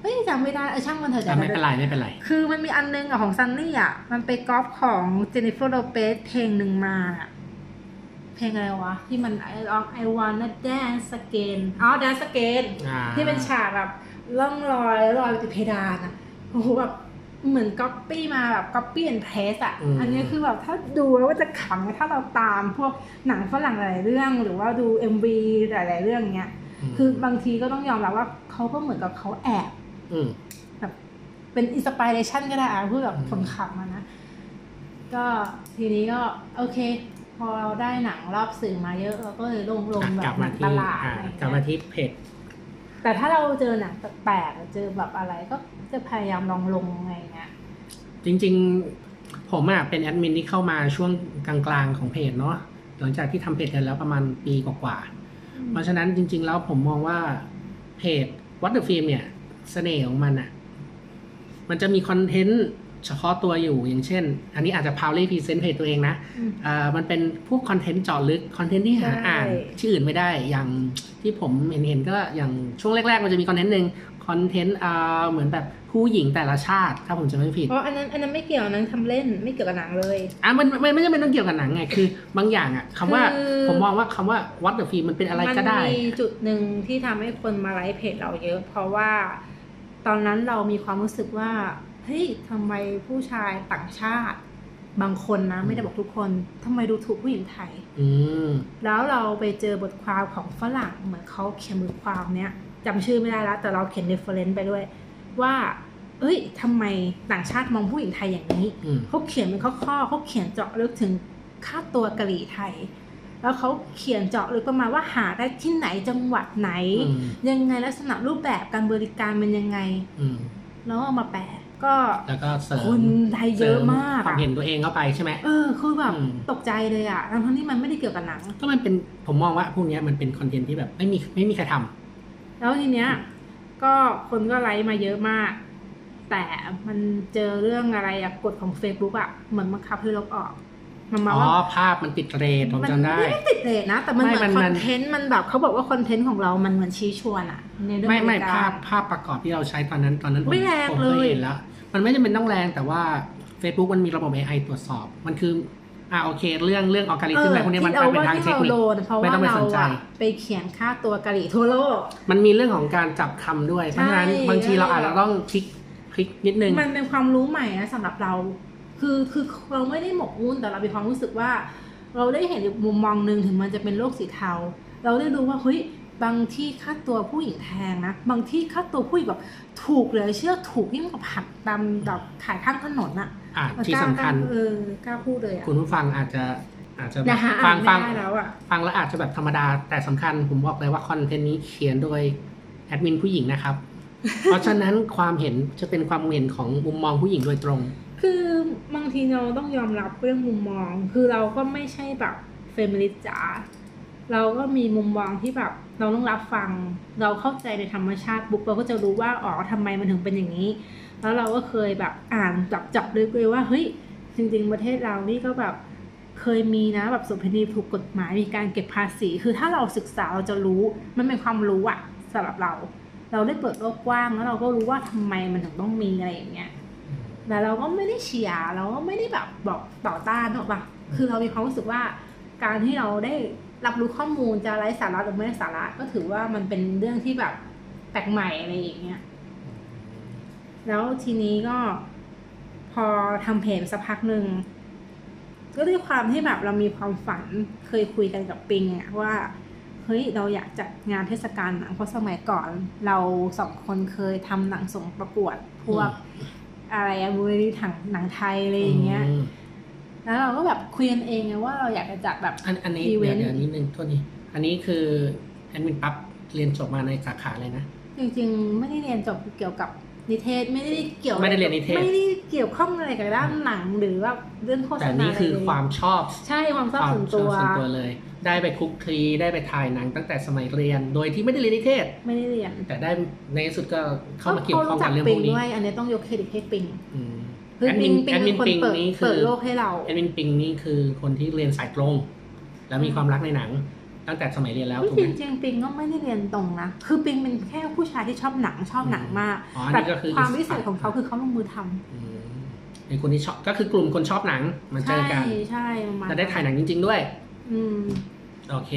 S2: เฮ้ยจำไม่ได้เออช่างมันเถอะ
S1: แต่
S2: จำ
S1: ไม่เป็นไรไม่เป็นไร
S2: คือมันมีอันนึงอะของซันนี่อะมันไปก๊อปของเจนนิเฟอร์โลเปสเพลงหนึ่งมาอะเพลงอะไรวะ ที่มัน I I wanna dance again อ๋อ dance again
S1: อ่า
S2: ที่เป็นฉากแบบล่องรอยลอยไปติดเพดานอะโอ้โหแบบเหมือนก๊อปปี้มาแบบก๊อปปี้แอนเพรสอะ
S1: อืม
S2: อันนี้คือแบบถ้าดูแล้วว่าจะขำถ้าเราตามพวกหนังฝรั่งหลายๆเรื่อง หรือว่าดู MV หลาย ๆ เรื่องเนี้ย
S1: ม
S2: คือบางทีก็ต้องยอมรับว่าเขาก็เหมือนกับเขาแอบ
S1: ม
S2: แบบเป็นอินสปิเรชันก็ได้อะพูดแบบ
S1: อืม
S2: คนขับมานะ ก็ทีนี้ก็โอเค พอเราได้หนังรอบสื่อมาเยอะเราก็เลยลงลง
S1: อ่ะ
S2: ๆแบ
S1: กลั
S2: บบ
S1: มาที่
S2: หนังตลาด
S1: อ่า
S2: อะไรอย่าง
S1: กลับ
S2: เงี้
S1: มาย ที่เพจ
S2: แต่ถ้าเราเจอหนังแปลกๆหรือเจอแบบอะไรก็จะพยายามลองลงอะไรเงี้ย
S1: จริงๆ ผมอะเป็นแอดมินที่เข้ามาช่วงกลางๆของเพจเนาะหลังจากที่ทำเพจกันแล้วประมาณปีกว่า
S2: อืม
S1: ๆเพราะฉะนั้นจริง ๆ แล้วผมมองว่าเพจวัตเดอร์ฟิล์มเนี่ยเสน่ห์ของมันอะมันจะมีคอนเทนต์เฉพาะตัวอยู่อย่างเช่น อันนี้อาจจะพาวลี่พรีเซนต์เพจตัวเองนะเอ่อมันเป็นพวกคอนเทนต์เจาะลึก คอนเทนต์ที่หา
S2: ใช่
S1: อ่านที่อื่นไม่ได้อย่างที่ผมเห็นเห็นๆก็อย่างช่วงแรก ๆ มันจะมีคอนเทนต์หนึ่งคอนเทนต์เอ่อเหมือนแบบผู้หญิงแต่ละชาติถ้าผมจะไม่ผิด
S2: เพราะอันนั้นอันนั้นไม่เกี่ยวนั้นทำเล่นไม่เกี่ยวกับหนังเลย
S1: อ่ะมันมันมันไม่จำเป็นต้องเกี่ยวกับหนังไงคือบางอย่างอ่ะคำว่า
S2: คือ
S1: ผมมองว่าคำว่าวัดเดอะฟิล์มมันเป็นอะไรก็ได้
S2: มัมีจุดหนึ่งที่ทำให้คนมาไลค์เพจเราเยอะ เพราะว่าตอนนั้นเรามีความรู้สึกว่าเฮ้ยทำไมผู้ชายต่างชาติ บางคนนะ ไม่ได้บอกทุกคนทำไมดูถูกผู้หญิงไทย
S1: อืม
S2: แล้วเราไปเจอบทความของฝรั่งเหมือนเขาเขียนบทความเนี้ยจำชื่อไม่ได้แล้วแต่เราเขียน reference ไปด้วย ว่า เอ้ยทำไมต่างชาติมองผู้หญิงไทยอย่างนี้
S1: อืม
S2: เขาเขียนเป็นข้อๆเขาเขียนเจาะลึกถึงค่าตัวกะหรี่ไทย แล้วเขาเขียนเจาะลึกประมาณว่าหาได้ที่ไหนจังหวัดไหน
S1: อืม
S2: ยังไงลักษณะรูปแบบการบริการเป็นยังไง
S1: อืม
S2: แล้วเอามาแปลก็
S1: แล้วก็เสริม
S2: คนไทยเยอะมา
S1: เส
S2: ก
S1: ริควา
S2: อะ
S1: มเห็นตัวเองเข้าไปใช่ไหม
S2: เออคือแบบ
S1: อืม
S2: ตกใจเลยอะทั้งๆที่มันไม่ได้เกี่ยวกับหนัง
S1: ก็มันเป็นผมมองว่าพวกเนี้ยมันเป็นคอนเทนต์ที่แบบไม่มีไม่มีใครทำ
S2: แล้วทีเนี้ยก็คนก็ไลค์มาเยอะมาก แต่มันเจอเรื่องอะไรอะกฎของ Facebook อะเหมือนบังคับให้ลบออก มันมา
S1: อ๋อ
S2: ว่า
S1: ภาพมันติดเรทผมจำได้
S2: ไม่ได้ติดเลทนะ แต่มัน
S1: ไม่
S2: เหมือน
S1: มั
S2: คน
S1: มั
S2: อน นเทนต์มันแบบเขาบอกว่าคอนเทนต์ของเรามันเหมือนชี้ชวนอะในเรื่อง
S1: ไม่ไม่
S2: บริก
S1: ภาร พภาพประกอบที่เราใช้ตอนนั้นตอนนั้นผ
S2: ไม่แรง
S1: ผม
S2: เลย
S1: เคยเห็นแล้ว มันไม่จำเป็นต้องแรงแต่ว่า Facebook มันมีระบบ AI ตรวจสอบ มันคืออ่าโอเค เรื่องเรื่องออร์แกนิซึมอะไรพวกเนี้ยมัน
S2: ที่เรา
S1: เป็น
S2: ว่า
S1: ทาง
S2: ที่
S1: เทค
S2: เรา
S1: นิค
S2: โดนเพราะ
S1: ไม่
S2: ว่า
S1: ต้องไป
S2: เรา
S1: สนใจ
S2: อะไปเขียนค่าตัวกะหรี่ทั่วโลก
S1: มันมีเรื่องของการจับคำด้วย เพ
S2: ใช่
S1: ราะฉะนั้นบางทีเราอาจจะต้องพลิกพลิกนิดนึง
S2: มันเป็นความรู้ใหม่นะสำหรับเรา คือคือเราไม่ได้หมกมุ่นแต่เรามีความรู้สึกว่า เราได้เห็นอีกมุมมองหนึ่งถึงมันจะเป็นโลกสีเทา เราได้รู้ว่าเฮ้ยบางที่ค่าตัวผู้หญิงแพงนะ บางที่ค่าตัวผู้หญิงแบบถูกเหลยเชื่อถูกยิ่งกว่าผักตามแบบขายข้างถนนอะ
S1: อ่ะที่สำคัญ
S2: เออกล้าพูดเลยอะ
S1: คุณผู้ฟังอาจจะอาจจะแบ
S2: นะ
S1: บ
S2: ฮะ
S1: ฟั
S2: อ่าน
S1: ง
S2: ไม่
S1: ฟัง
S2: ได้แล้วอะ
S1: ฟังแล้วอาจจะแบบธรรมดา แต่สำคัญผมบอกเลยว่าคอนเทนต์นี้เขียนโดยแอดมินผู้หญิงนะครับ เพราะฉะนั้นความเห็นจะเป็นความเห็นของมุมมองผู้หญิงโดยตรง
S2: คือบางทีเราต้องยอมรับเรื่องมุมมอง คือเราก็ไม่ใช่แบบเฟมินิสต์จ๋าเราก็มีมุมมองที่แบบเราต้องรับฟัง เราเข้าใจในธรรมชาติบุ๊กเราก็จะรู้ว่าอ๋อทำไมมันถึงเป็นอย่างนี้ แล้วเราก็เคยแบบอ่านจับจับลึกเลยว่าเฮ้ยจริง ๆ ประเทศเรานี่ก็แบบเคยมีนะแบบโสุพนีถูกกฎหมายมีการเก็บภาษี คือถ้าเราศึกษาเราจะรู้มันเป็นความรู้อะสำหรับเรา เราได้เปิดโลกกว้างแล้วเราก็รู้ว่าทำไมมันถึงต้องมีอะไรอย่างเงี้ย แต่เราก็ไม่ได้เชียร์เราก็ไม่ได้แบบบอกต่อต้านหรอกปะคือเรามีความรู้สึกว่า การที่เราได้รับรู้ข้อมูลจะไร้สาระหรือไม่ไร้สาระก็ถือว่ามันเป็นเรื่องที่แบบแปลกใหม่อะไรอย่างเงี้ย แล้วทีนี้ก็พอทำเพจสักพักหนึ่งก็ด้วยความที่แบบเรามีความฝันเคยคุยกันกับปิงอะว่าเฮ้ยเราอยากจัดงานเทศกาลหนังเพราะสมัยก่อน เราสองคนเคยทำหนังส่งประกวด พวกอะไรอะมูลนิธิถังหนังไทยอะไรอย่างเงี้ย
S1: ม
S2: แล้วเราก็แบบคุยกันเองไงว่าเราอยากจะจัดแบบ
S1: อันอันนี้
S2: อีเว
S1: เดี๋ย
S2: น
S1: ว
S2: ต์
S1: เดี๋ยวนิดนึงโทษทีอันนี้คือแอดมินปั๊บเรียนจบมาในสาขาอะไรนะ
S2: จริงๆ ไม่ได้เรียนจบเกี่ยวกับนิเทศ ไม่ได้เกี่ยว
S1: ไม่ได้เรียนนิเทศ
S2: ไม่ได้เกี่ยวข้องอะไรกับด้านหนังหรือว่าเรื่องโฆษ
S1: แต่
S2: ณา
S1: นี่คือ
S2: เลย
S1: ความชอบ
S2: ใช่ความชอบส่วน
S1: ช
S2: ตั
S1: อบ
S2: ว
S1: ส่วนตัวเลย ได้ไปคลุกคลีได้ไปถ่ายหนังตั้งแต่สมัยเรียน โดยที่ไม่ได้เรียนนิเทศ
S2: ไม่ได้เรียน
S1: แต่ได้ในที่สุดก็เข้ามาเกี่ยวข้องกับเรื่องพ
S2: ปิ
S1: ว
S2: ง
S1: กนี้
S2: ด้วย อันนี้ต้องยกเครดิตให้ปิง
S1: อืม
S2: คือ
S1: แอด
S2: ปิ
S1: มิ
S2: ง
S1: น
S2: ปิง
S1: แอดมิน
S2: เป็นคน
S1: ปิง
S2: เปิด
S1: นี่คื
S2: เปิ
S1: อ
S2: ดโลกให้เรา
S1: แอดมินปิงนี่คือคนที่เรียนสายตรง แล้วมีความรักในหนัง ตั้งแต่สมัยเรียนแล้วถูก
S2: จ
S1: ไห
S2: ริ
S1: ม
S2: งจริงๆปิงก็ไม่ได้เรียนตรงนะ คือปิงเป็นแค่ผู้ชายที่ชอบหนังชอบหนังมาก
S1: อ๋ออัน
S2: แต่
S1: นี้ก็คือ
S2: ความพิเศษของเขาคือเขาลงมือทำ
S1: มเป็นคนที่ชอบก็คือกลุ่มคนชอบหนังมาเจอ
S2: ใช่
S1: กัน
S2: ใช่ประมาณ
S1: จะได้ถ่ายหนังจริง ๆ ด้วย
S2: อืม
S1: โอเค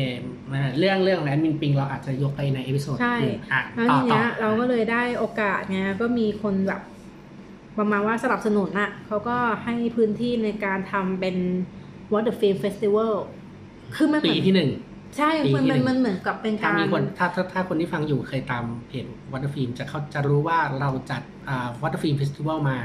S1: มาเรื่องเรื่องของแอดมินปิงเราอาจจะยกไปในเอพิโซด
S2: ใช่
S1: อื่นอ่ะ
S2: แล้ว
S1: ต่อ
S2: ที
S1: ต่อ
S2: เนี้ยเราก็เลยได้โอกาสไงก็มีคนแบบประมาณว่าสนับสนุนอะเขาก็ให้พื้นที่ในการทำเป็น What the Film Festival คือมันเห
S1: ปี
S2: มือน
S1: ที่หนึ่ง
S2: ใช่
S1: ปี
S2: มัน
S1: ที่ห
S2: มั
S1: นึ่
S2: น
S1: ง
S2: มันเหมือนกับเป็น
S1: ถ้า
S2: การ
S1: มีคนถ้าถ้าถ้าคนที่ฟังอยู่เคยตามเพจวัตเตอร์ฟิล์มจะเขาจะรู้ว่าเราจัดวัตเตอร์ฟิล์มเฟสติวัลมา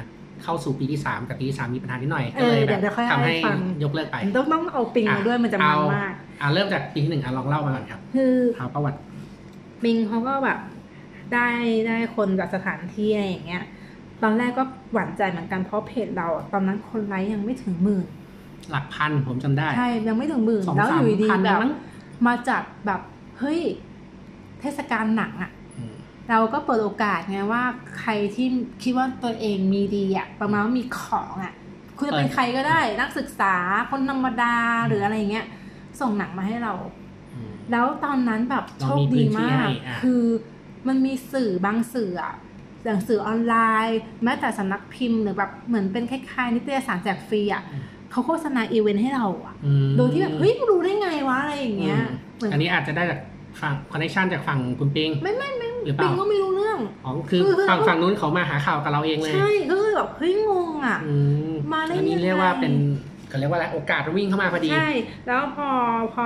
S1: เข้าสู่ปีที่ 3 แต่ปีที่ 3 มีปัญหานิดหน่อย
S2: เออ
S1: ก็เลยแบบ
S2: เดี๋ยวเดี๋ยวค่อย
S1: ทำให้
S2: ให้ฟัง
S1: ยกเลิกไป
S2: ต้องต้องเอาปิงมาด้วยมันจะมัน
S1: เอาม
S2: มาก
S1: อ่ะเริ่มจากปีที่หนึ่งอ่ะลองเล่ามาก่อนครับ
S2: คือ
S1: เอาประวัติ
S2: ปิงเขาก็แบบได้ได้คนจากสถานที่อะไรอย่างเงี้ย ตอนแรกก็หวั่นใจเหมือนกันเพราะเพจเราอะตอนนั้นคนไลค์ยังไม่ถึงหมื่น
S1: หลักพันผมจำได้
S2: ใช่ยังไม่ถึงหมื่น
S1: สอง
S2: แล้ว
S1: สา
S2: อ
S1: ม
S2: ยู่ดี
S1: พัน
S2: ๆแบบ
S1: มั้ง
S2: มาจัดแบบเฮ้ยเทศกาลหนังอะ
S1: อืม
S2: เราก็เปิดโอกาสไงว่าใครที่คิดว่าตัวเองมีดีอะประมาณว่ามีของอะคุณจะเป็นใครก็ได้นักศึกษาคนธรรมดาหรืออะไรอย่างเงี้ย ส่งหนังมาให้เรา
S1: อืม
S2: แล้วตอนนั้นแบบโช
S1: เรา
S2: ค
S1: มีพื้
S2: ดี
S1: นที่
S2: มาก
S1: ให้อ่ะ
S2: คือมันมีสื่อบางสื่ออะอย่างสื่อออนไลน์ แม้แต่สำนักพิมพ์หรือแบบเหมือนเป็นคล้ายๆนิตยสารแจกฟรีอ่ะเขาโฆษณาอีเวนต์ให้เราอ่ะ
S1: อืม
S2: โดยที่แบบ เฮ้ยรู้ได้ไงวะอะไรอย่างเงี้ย
S1: อืม
S2: เหมือน
S1: อันนี้อาจจะได้จากฝั่งคอนเนคชันจากฝั่งคุณปิง
S2: ไม่ไม่ไม่
S1: หรือเป
S2: ปิ
S1: ล่า
S2: งก็ไม่รู้เรื่อง
S1: อ๋อคือ
S2: คือคือ
S1: ฝั่งฝั่งนู้นเขามาหาข่าวกับเราเองเลย
S2: ใช่ก็คือแบบเฮ้ยงงอ่ะ
S1: อืม
S2: มาได้
S1: อันนี้
S2: ยังไง
S1: เรียกว่าเป็นเขาเรียกว่าอะไรโอกาสวิ่งเข้ามาพอดี
S2: ใช่ แล้วพอพอ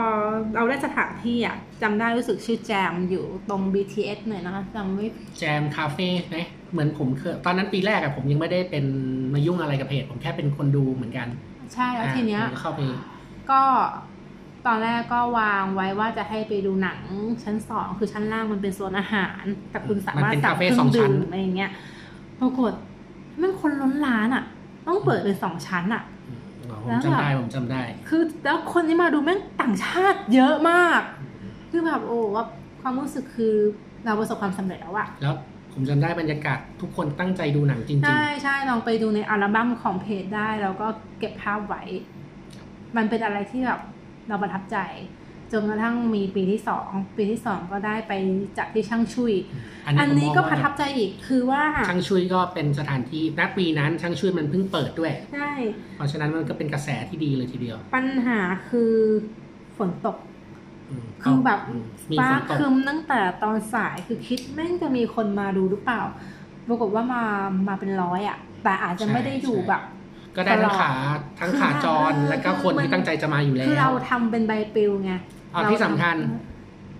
S2: เราได้สถานที่อ่ะจำได้รู้สึกชื่อแจมอยู่ตรง BTS หน่อยนะจำไม่
S1: แจมคาเฟ่ไหมเหมือนผมเคยตอนนั้นปีแรกอะผมยังไม่ได้เป็นมายุ่งอะไรกับเพจ ผมแค่เป็นคนดูเหมือนกัน
S2: ใช่แล้วทีเนี้ย
S1: อ่ะผมก็เข้าไป
S2: ก็ตอนแรกก็วางไว้ว่าจะให้ไปดูหนังชั้นสองคือชั้นล่างมันเป็นโซนอาหาร แต่คุณสามารถ
S1: มันเป็น
S2: สั่
S1: คาเฟ่สอ
S2: งเครื่องง
S1: ชั้น
S2: ดื่มอะไรอย่างเงี้ยปรากฏมันคนล้นร้านอ่ะ ต้องเปิดเป็นสองชั้นอ่ะ
S1: อ๋อผมจำได้ผมจำได้
S2: คือแล้วคนที่มาดูแม่งต่างชาติเยอะมาก คือแบบโอ้ว่าความรู้สึกคือเราประสบความสำเร็จแล้วอะ
S1: แล้วผมจำได้บรรยากาศทุกคนตั้งใจดูหนังจริง
S2: ใช่ใช่ลองไปดูในอัลบั้มของเพจได้ แล้วก็เก็บภาพไว้ มันเป็นอะไรที่แบบเราประทับใจ จนกระทั่งมีปีที่สองปีที่สองก็ได้ไปจัดที่ช่างชุย
S1: ๆ อั
S2: อันนี้ก็
S1: ผมมองว่า
S2: ประทับใจอีกคือว่า
S1: ช่างชุยก็เป็นสถานที่ณปีนั้นช่างชุยมันเพิ่งเปิดด้วย
S2: ใช่
S1: เพราะฉะนั้นมันก็เป็นกระแสที่ดีเลยทีเดียว
S2: ปัญหาคือฝนตก
S1: อืม
S2: คือแบบ
S1: อืมมี
S2: ฟ้า
S1: ฝนตก
S2: ครึมตั้งแต่ตอนสายคือคิดแม่งจะมีคนมาดูหรือเปล่าปรากฏว่ามามาเป็นร้อยอะ่ะ แต่อาจจะไม่ได้อยู่แบบ
S1: ก็ได้ทั้งขาทั้งขาจร
S2: คือ
S1: แล้วก็คน
S2: มัน
S1: ที่ตั้งใจจะมาอยู่แล้
S2: คือเรา
S1: ว
S2: ทำเป็นใบปลิวไง
S1: เอาที่สำคัญ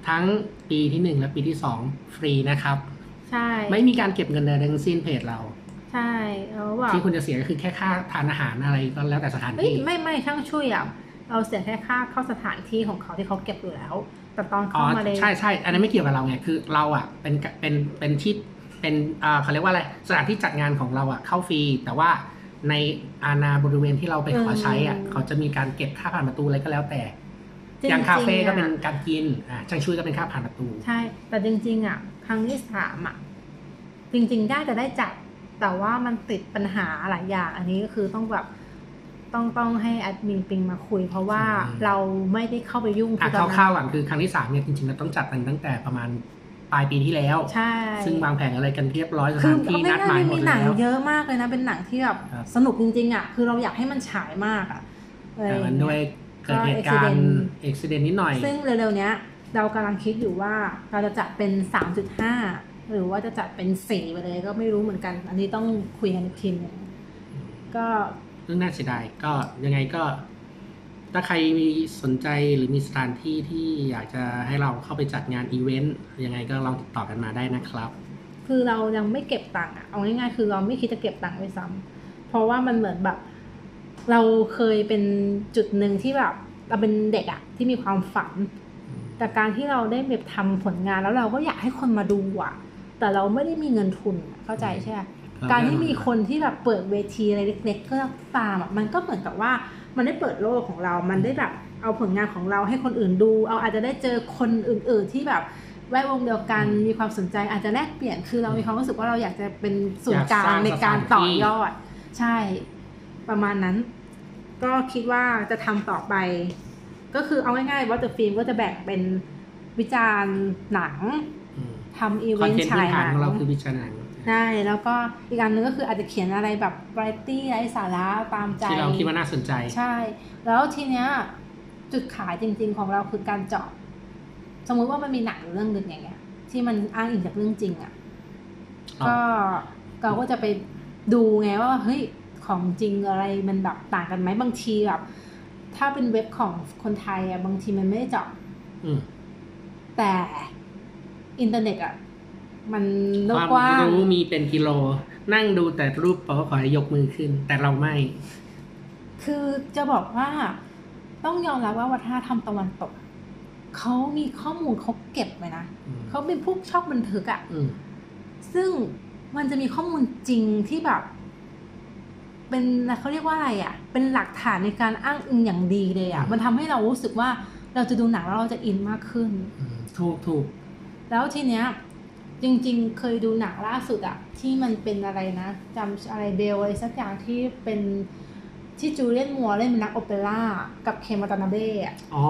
S1: ทั้งปีที่หนึ่งและปีที่สองฟรีนะครับ
S2: ใช่
S1: ไม่มีการเก็บเงินใดทั้งสิ้นเพจเรา
S2: ใช่แล้วแบบ
S1: ที่คุณจะเสียก็คือแค่ค่าทานอาหารอะไรก็แล้วแต่สถาน
S2: เอ้ย
S1: ที่
S2: ไม่ไม่ช่างช่วยอะ่ะเราเสียแค่ค่าเข้าสถานที่ของเขาที่เขาเก็บอยู่แล้ว แต่ตอน
S1: อ๋อ
S2: เข้ามาเลย
S1: ใช่ใช่อันนั้นไม่เกี่ยวกับเราไงคือเราอ่ะเป็นเป็นเป็นที่เป็นเอ่อเขาเรียกว่าอะไรสถานที่จัดงานของเราอ่ะเข้าฟรี แต่ว่าในอาณาบริเวณที่เราไปขอใช้อ่ะเขาจะมีการเก็บค่าผ่านประตูอะไรก็แล้วแต่
S2: จริๆ
S1: อย่างคาเฟ่ก็เป็น
S2: อะ
S1: การกินอ่าช่างช่วยก็เป็นค่าผ่านประตู
S2: ใช่ แต่จริงๆ อ่ะ ครั้งที่สามอ่ะ จริงๆ ได้จะได้จัด แต่ว่ามันติดปัญหาหลายอย่าง อันนี้ก็คือต้องแบบ ต้องต้องให้แอดมินปิงมาคุย เพราะว่า
S1: อืม
S2: เราไม่ได้เข้าไปยุ่ง
S1: อ่ะ
S2: ตอน
S1: คร่าวๆก่อนคือครั้งที่สามเนี่ยจริงๆเราต้องจัดมันตั้งแต่ประมาณปลายปีที่แล้ว
S2: ใช่
S1: ซึ่งวางแผนอะไรกันเรียบร้อยส
S2: คื
S1: ถา
S2: อน
S1: ที่
S2: ไม่
S1: นัดห
S2: ได้
S1: มายห
S2: ไม่
S1: ม
S2: มี
S1: ด
S2: หนั
S1: แล้
S2: ง
S1: ว
S2: เยอะมากเลยนะ เป็นหนังที่แบบ
S1: ครับ
S2: สนุกจริงๆ อ่ะ คือเราอยากให้มันฉายมากอ่ะเออ
S1: แต่มันด้วยเกิดเหตุการณ์อุบิเหตุนิดหน่อย
S2: ซึ่งเร็วๆเนี้ยเรากำลังคิดอยู่ว่าเราจะจัดเป็น 3.5 หรือว่าจะจัดเป็นสีไปเลยก็ไม่รู้เหมือนกัน อันนี้ต้องคุยกันอีกทีหนึงก็
S1: เรื่องน่าเสียดายก็ยังไงก็ ถ้าใครมีสนใจหรือมีสถานที่ที่อยากจะให้เราเข้าไปจัดงานอีเวนต์ยังไงก็ลองติดต่อกันมาได้นะครับ
S2: คือเรายังไม่เก็บตังค์อะเอาง่ายๆคือเราไม่คิดจะเก็บตังค์ไว้ซ้ำเพราะว่ามันเหมือนแบบ เราเคยเป็นจุดหนึ่งที่แบบเราเป็นเด็กอะที่มีความฝัน แต่การที่เราได้แบบทำผลงานแล้วเราก็อยากให้คนมาดูอะแต่เราไม่ได้มีเงินทุนอะเข้าใจใช่ไหม การที่มีคนที่แบบเปิดเวทีอะไรเล็กๆก็ตามอ่ะมันก็เหมือนกับว่ามันได้เปิดโลกของเรา มันได้แบบเอาผลงานของเราให้คนอื่นดู เอาอาจจะได้เจอคนอื่น ๆ ที่แบบแวดวงเดียวกันมีความสนใจอาจจะแลกเปลี่ยนคือเรามีความรู้สึกว่าเราอยากจะเป็นศูนย์กลา
S1: อยากสร้าง ง
S2: ในการต่อ
S1: สถานที่
S2: ยอด ใช่ ประมาณนั้น ก็คิดว่าจะทำต่อไป ก็คือเอาง่ายๆว่าแต่ฟิล์มก็จะแบ่งเป็นวิจารณ์หนัง
S1: อืม
S2: ทำอี
S1: ค
S2: เว
S1: อน
S2: น
S1: เทนต์
S2: ต์ฉา
S1: พื้
S2: ย
S1: น
S2: ห
S1: ฐาน
S2: นั
S1: ของ งเราคือวิจารณ์หนัง
S2: ใช่แล้วก็อีกอันหนึงก็คืออาจจะเขียนอะไรแบบวาไรตี้ไร้สาระตามใจ
S1: ที่เราคิดว่าน่าสนใจ
S2: ใช่ แล้วทีเนี้ยจุดขายจริง ๆของเราคือการเจาะสมมุติว่ามันมีหนังเรื่องหนึ่งอย่างเงี้ย ที่มันอ้างอิงจากเรื่องจริงอะ่ะ
S1: อ๋อ
S2: ก็เราก็จะไปดูไงว่าเฮ้ยของจริงอะไรมันแบบต่างกันไหมบางทีแบบถ้าเป็นเว็บของคนไทยอะ่ะบางทีมันไม่ได้เจาะ
S1: อืม
S2: แต่อินเทอร์เน็ตอะ่ะมันโล
S1: ค
S2: ก
S1: วาม
S2: กว้าง
S1: รู้มีเป็นกิโล นั่งดูแต่รูปปอขอยยกมือขึ้น แต่เราไม่
S2: คือจะบอกว่าต้องยอมรับว่าวัฒนธรรมตะวันตก เขามีข้อมูลเขาเก็บไว้นะ
S1: อืม
S2: เขาเป็นพวกชอบบันทึกอะ
S1: อืม
S2: ซึ่งมันจะมีข้อมูลจริงที่แบบ เป็นเขาเรียกว่าอะไรอะเป็นหลักฐานในการอ้างอิงอย่างดีเลยอะมันทำให้เรารู้สึกว่าเราจะดูหนังแล้วเราจะอินมากขึ้น
S1: อืมถูกถูก
S2: แล้วทีเนี้ยจริงๆ เคยดูหนังล่าสุดอะที่มันเป็นอะไรนะจำอะไรเบลอะไรสักอย่างที่เป็นที่จูเลียนมัวร์เล่นเป็นนักโอเปร่ากับเคมาตานาเบ้อะ
S1: อ๋อ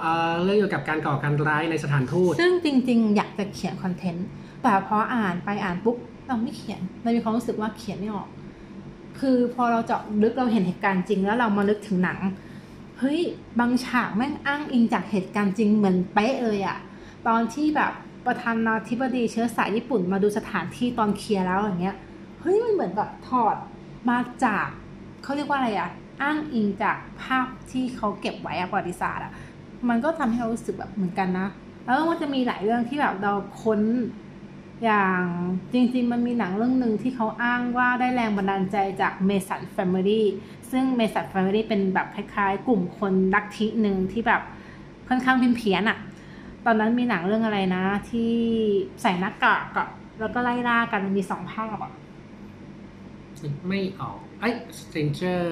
S1: เอ่อเรื่องเกี่ยวกับการก่อการร้ายในสถานทูต
S2: ซึ่งจริงๆ อยากจะเขียนคอนเทนต์ แต่พออ่านไปอ่านปุ๊บเราไม่เขียนเรามีความรู้สึกว่าเขียนไม่ออก คือพอเราเจาะลึกเราเห็นเหตุการณ์จริงแล้วเรามานึกถึงหนังเฮ้ยบางฉากแม่งอ้างอิงจากเหตุการณ์จริงเหมือนเป๊ะเลยอะ ตอนที่แบบประธานาธิบดีเชื้อสายญี่ปุ่นมาดูสถานที่ตอนเคลียร์แล้วอย่างเงี้ยเฮ้ยมันเหมือนกับถอดมาจากเขาเรียกว่าอะไรอะอ้างอิงจากภาพที่เขาเก็บไว้อะประวัติศาสตร์อะมันก็ทำให้เรารู้สึกแบบเหมือนกันนะ แล้วมันจะมีหลายเรื่องที่แบบเราค้นอย่างจริงๆ มันมีหนังเรื่องหนึ่งที่เขาอ้างว่าได้แรงบันดาลใจจากเมสันแฟมิลี่ซึ่งเมสันแฟมิลี่เป็นแบบคล้ายๆ กลุ่มคนลักทิหนึ่งที่แบบค่อนข้างเพี้ยนๆอะ ตอนนั้นมีหนังเรื่องอะไรนะ ที่ใส่หน้ากากกับแล้วก็ไล่ล่ากันมีสองภาพอ่ะ
S1: นึกไม่ออกไอ้ stranger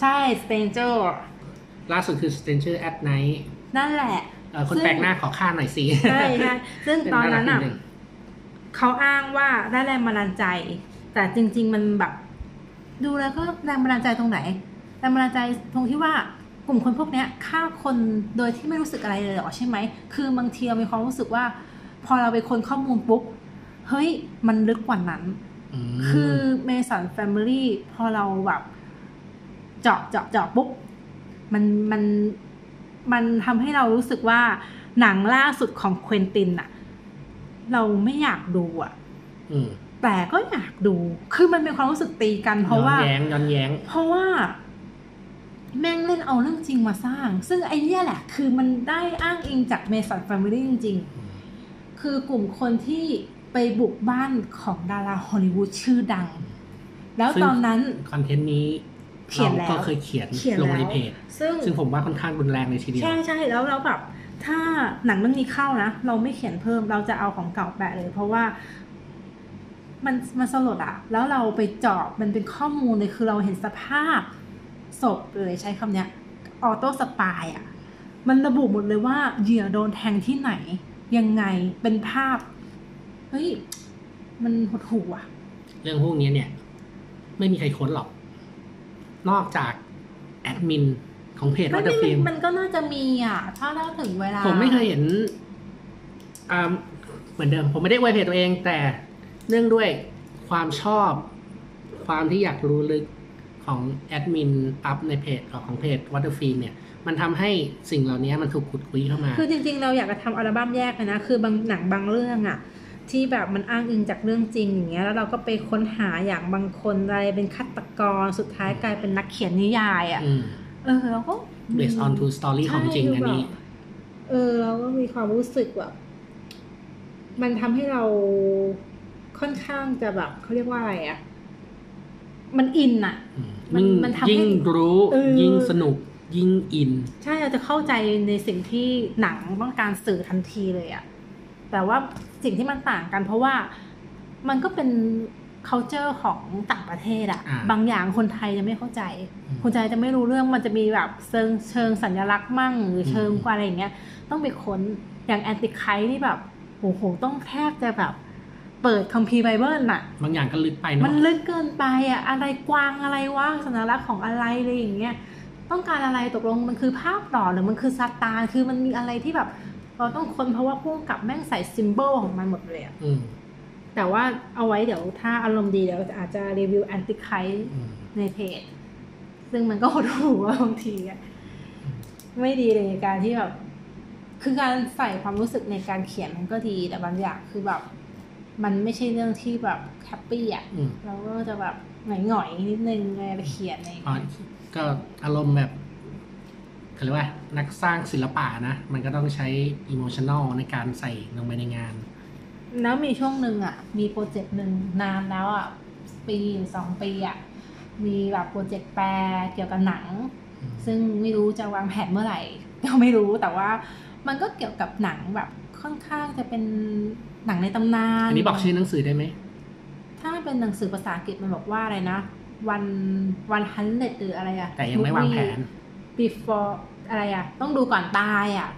S2: ใช่ Stranger
S1: ล่าสุดคือ stranger at night
S2: นั่นแหละ
S1: เอ่อคน
S2: ซึ่ง
S1: แปลกหน้าขอค่าหน่อยสิ
S2: ใช่ใช่ซึ่งตอนนั้นอ่ะ
S1: เป็ารักดง
S2: เขาอ้างว่าได้แรงบันดาลใจ แต่จริง ๆ มันแบบ ดูแล้วก็แรงบันดาลใจตรงไหนแรงบันดาลใจตรงที่ว่ากลุ่มคนพวกเนี้ยฆ่าคนโดยที่ไม่รู้สึกอะไรเลยเหรอใช่ไหมคือบางทีเรามีความรู้สึกว่า พอเราไปค้นข้อมูลปุ๊บเฮ้ยมันลึกกว่านั้น
S1: อืม
S2: คือเมสันแฟมิลี่พอเราแบบเจาะเจาะเจาะปุ๊บมันมันมันทำให้เรารู้สึกว่าหนังล่าสุดของเควินตินอะเราไม่อยากดูอะ
S1: ม
S2: แต่ก็อยากดู คือมันเป็นความรู้สึกตีกัน เพราะว่า
S1: ย้อนแย้งย้อนแย้ง
S2: เพราะว่า แม่งเล่นเอาเรื่องจริงมาสร้าง ซึ่งไอ้เนี่ยแหละ คือมันได้อ้างอิงจากเมสันแฟมิลี่จริง ๆ คือกลุ่มคนที่ไปบุกบ้านของดาราฮอลลีวูดชื่อดัง แล้ว
S1: ซึ่ง
S2: ตอนนั้น
S1: คอนเทนต์นี้
S2: เขียนแล้ว
S1: ราก็เคยเขียน
S2: เขียน
S1: ลงใน
S2: แล้ว
S1: เพจ
S2: ซึ่ง
S1: ซึ่งผมว่าค่อนข้างรุนแรงเลยทีเดียว
S2: ใช่ใช่แล้วเราแบบถ้าหนังเรื่องนี้เข้านะ เราไม่เขียนเพิ่มเราจะเอาของเก่าแปะเลย เพราะว่า มันมันสลดอะแล้วเราไปเจอบมันเป็นข้อมูลเลยคือเราเห็นสภาพศพเลยใช้คำเนี้ยออโต้สปายอะมันระบุหมดเลยว่าเหยื่อโดนแทงที่ไหน ยังไงเป็นภาพเฮ้ยมันหดหู่อะ
S1: เรื่องพวกนี้เนี่ย ไม่มีใครค้นหรอก นอกจากแอดมินของเพจ
S2: ไม่
S1: ว่า
S2: ไม่
S1: จะฟิล์ม
S2: มันก็น่าจะมีอ่ะ ถ้าถ้าถึงเวลา
S1: ผมไม่เคยเห็นอ่าเหมือนเดิม ผมไม่ได้อวยเพจตัวเอง แต่เนื่องด้วยความชอบ ความที่อยากรู้ลึกของแอดมินอัพในเพจของเพจวัตเตอร์ฟิล์มเนี่ย มันทำให้สิ่งเหล่านี้มันถูกขุดคุยเข้ามา
S2: คือจริง ๆ เราอยากจะทำอัลบั้มแยกเลยนะ คือบางหนังบางเรื่องอ่ะ ที่แบบมันอ้างอิงจากเรื่องจริงอย่างเงี้ย แล้วเราก็ไปค้นหาอย่างบางคนอะไรเป็นฆาตกร สุดท้ายกลายเป็นนักเขียนนิยายอ่ะ
S1: อืม
S2: เออเราก็
S1: based on true story ของจริงอันนี้
S2: เออเราก็มีความรู้สึกแบบมันทำให้เราค่อนข้างจะแบบเขาเรียกว่าอะไรอ่ะ มันอินอ่ะ
S1: อื
S2: มัน
S1: ยิ่ง
S2: มันทำให้
S1: ยิ่งรู้
S2: เออ
S1: ยิ่งสนุก ยิ่งอิน
S2: ใช่เราจะเข้าใจในสิ่งที่หนังต้องการสื่อทันทีเลยอะแต่ว่าสิ่งที่มันต่างกันเพราะว่ามันก็เป็น culture ของต่างประเทศอะ
S1: อ่า
S2: บางอย่างคนไทยจะไม่เข้าใจ
S1: อืม
S2: คนไทยจะไม่รู้เรื่องมันจะมีแบบเชิงเชิงสัญลักษณ์มั่ง หรืออ
S1: ม
S2: เชิงอะไรอย่างเงี้ย ต้องไปค้นอย่างแอนติไคนี่แบบโอ้โหต้องแทบจะแบบ เปิดคัมภีร์ไบเบิลอะ
S1: บางอย่างก็ลึกไปเนาะ
S2: มันลึกเกินไปอ่ะ อะไรกวางอะไรวะสัญลักษณ์ของอะไรอะไรอย่างเงี้ย ต้องการอะไรตกลงมันคือภาพหลอนหรือมันคือซาตานคือมันมีอะไรที่แบบ เราต้องค้นเพราะว่าพุ่งกับแม่งใส่ซิมโบลของมันหมดเลยอะ
S1: อืม
S2: แต่ว่าเอาไว้เดี๋ยวถ้าอารมณ์ดีเดี๋ยวอาจจะรีวิวแอนติไค
S1: อืม
S2: ในเพจ ซึ่งมันก็หดหูว่าบางทีอะไม่ดีเลยในการที่แบบ คือการใส่ความรู้สึกในการเขียนมันก็ดี แต่บางอย่างคือแบบ มันไม่ใช่เรื่องที่แบบแฮปปี้อะ
S1: อืม
S2: เราก็จะแบบหงอยๆนิดนึงในการเขียนใน
S1: อ๋อ
S2: การเขียน
S1: ก็อารมณ์แบบเขาเรียกว่านักสร้างศิลปะนะ มันก็ต้องใช้อิโมชัน a ลในการใส่ลงไปในงาน
S2: แล้วมีช่วงหนึ่งอ่ะ มีโปรเจกต์หนึ่งนานแล้วอ่ะ ปีหรือสองปีอ่ะ มีแบบโปรเจกต์แปลเกี่ยวกับหนัง ซึ่งไม่รู้จะวางแผนเมื่อไหร่ ก็ไม่รู้แต่ว่า มันก็เกี่ยวกับหนังแบบค่อนข้างจะเป็นหนังในตำนาน
S1: อันนี้บอกชื่อหนังสือได้ไหม
S2: ถ้ามันเป็นหนังสือภาษาอังกฤษมันบอกว่าอะไรนะ วันวันฮันเดหรืออะไรอ่ะ
S1: แต่ยังไม่วางแผน
S2: Movie before อะไรอ่ะ ต้องดูก่อนตายอ่ะ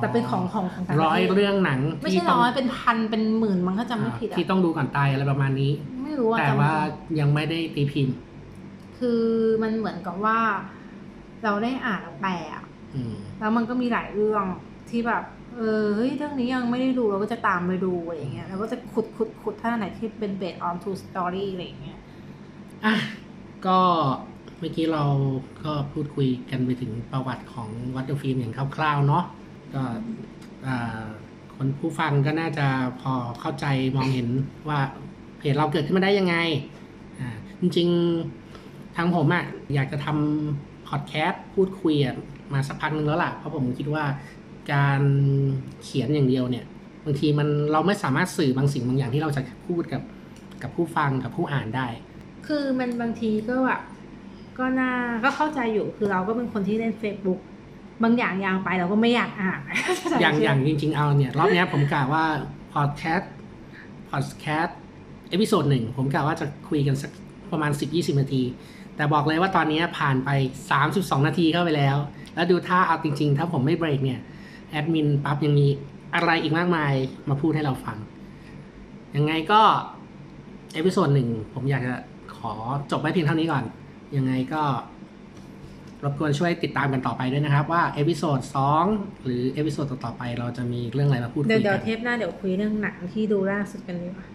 S2: แต่เป็นของของของต่างปะทศ
S1: ร้อยเรื่องหนัง
S2: ไม่ใช่
S1: ที่ต้ง
S2: ร้อยเป็นพันเป็นหมื่นมั้งถ้าจำไม่ผิด
S1: อ่า
S2: อ่ะ
S1: ที่ต้องดูก่อนตายอะไรประมาณนี้
S2: ไม่รู้อะ
S1: แต่
S2: จำ
S1: ว่ายังไม่ได้ตีพิมพ์
S2: คือมันเหมือนกับว่า เราได้อ่านแล้วแปลอะ
S1: อืม
S2: แล้วมันก็มีหลายเรื่องที่แบบ เออเฮ้ยเรื่องนี้ยังไม่ได้ดูเราก็จะตามไปดูอะไรอย่างเงี้ยเราก็จะขุดขุดขุดถ้าอันไหนที่เป็น based on true story อะไรอย่างเงี้ย
S1: อ่ะก็เมื่อกี้เราก็พูดคุยกันไปถึงประวัติของวัตเตอร์ฟิล์มอย่างคร่าวๆเนาะก็อ่าคนผู้ฟังก็น่าจะพอเข้าใจมองเห็นว่าเพจเราเกิดขึ้นมาได้ยังไงอ่าจริงๆทางผมอะ่ะอยากจะทำพอดแคสต์พูดคุยอะมาสักพักหนึ่งแล้วล่ะ เพราะผมคิดว่าการเขียนอย่างเดียวเนี่ย บางทีมันเราไม่สามารถสื่อบางสิ่งบางอย่างที่เราจะพูดกับกับผู้ฟังกับผู้อ่านได้
S2: คือมันบางทีก็แบบก็น่าก็เข้าใจอยู่คือเราก็เป็นคนที่เล่น Facebook บางอย่างยางไปเราก็ไม่อยากอ่าน
S1: อย่างอย่างจริง ๆ เอาเนี่ย รอบเนี้ยผมกะว่าพอดแคสต์พอดแคสต์เอพิโซดหนึ่งผมกะว่าจะคุยกันสักประมาณ 10-20 นาที แต่บอกเลยว่าตอนเนี้ยผ่านไป 32 นาทีเข้าไปแล้ว แล้วดูถ้าเอาจริง ๆ ถ้าผมไม่เบรกเนี่ย แอดมินปั๊บยังมีอะไรอีกมากมายมาพูดให้เราฟัง ยังไงก็ เอพิโซดหนึ่งผมอยากจะขอจบไว้เพียงเท่านี้ก่อน ยังไงก็ รบกวนช่วยติดตามกันต่อไปด้วยนะครับ ว่าเอพิโซดสองหรือเอพิโซดต่อๆไปเราจะมีเรื่องอะไรมาพูดคุย
S2: เดี๋ยว
S1: กั
S2: เดี๋ยวน เทปหน้าเดี๋ยวคุยเรื่องหนังที่ดูล่าสุดกันดีกว่า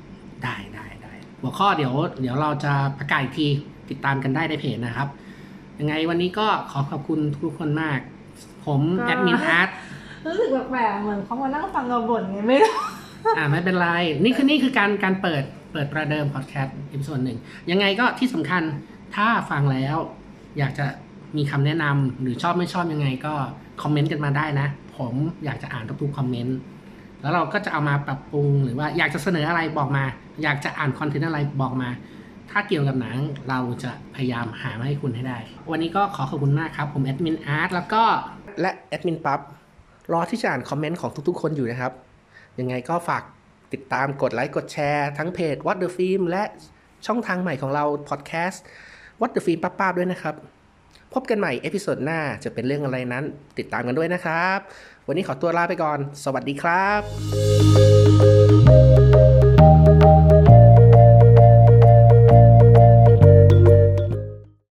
S1: ได้ได้ได้หัวข้อเดี๋ยว เดี๋ยวเราจะประกาศอีกทีติดตามกันได้ในเพจนะครับ ยังไงวันนี้ก็ขอขอบคุณทุกคนมาก ผม
S2: ก็
S1: แอดมินอาร์ต
S2: รู้สึกแปลกๆเหมือนเขามานั่งฟังเราบ่นไงไม่รู้
S1: อ่าไม่เป็นไร นี่คือนี่คือการการเปิดเปิดประเดิมพอดแคสต์อีพิโซดหนึ่ง ยังไงก็ที่สำคัญถ้าฟังแล้ว อยากจะมีคำแนะนำหรือชอบไม่ชอบยังไงก็คอมเมนต์กันมาได้นะ ผมอยากจะอ่านทุกๆคอมเมนต์แล้วเราก็จะเอามาปรับปรุงหรือว่าอยากจะเสนออะไรบอกมา อยากจะอ่านคอนเทนต์อะไรบอกมา ถ้าเกี่ยวกับหนังเราจะพยายามหามาให้คุณให้ได้ วันนี้ก็ขอขอบคุณมากครับ ผมแอดมินอาร์ตแล้วก็และแอดมินปั๊บรอที่จะอ่านคอมเมนต์ของทุกๆ คนอยู่นะครับ ยังไงก็ฝากติดตามกดไลค์กดแชร์ทั้งเพจ What the Film และช่องทางใหม่ของเราพอดแคสต์ What the Film ป้าๆด้วยนะครับ พบกันใหม่เอพิโซดหน้าจะเป็นเรื่องอะไรนั้น ติดตามกันด้วยนะครับ วันนี้ขอตัวลาไปก่อน สวัสดีครับ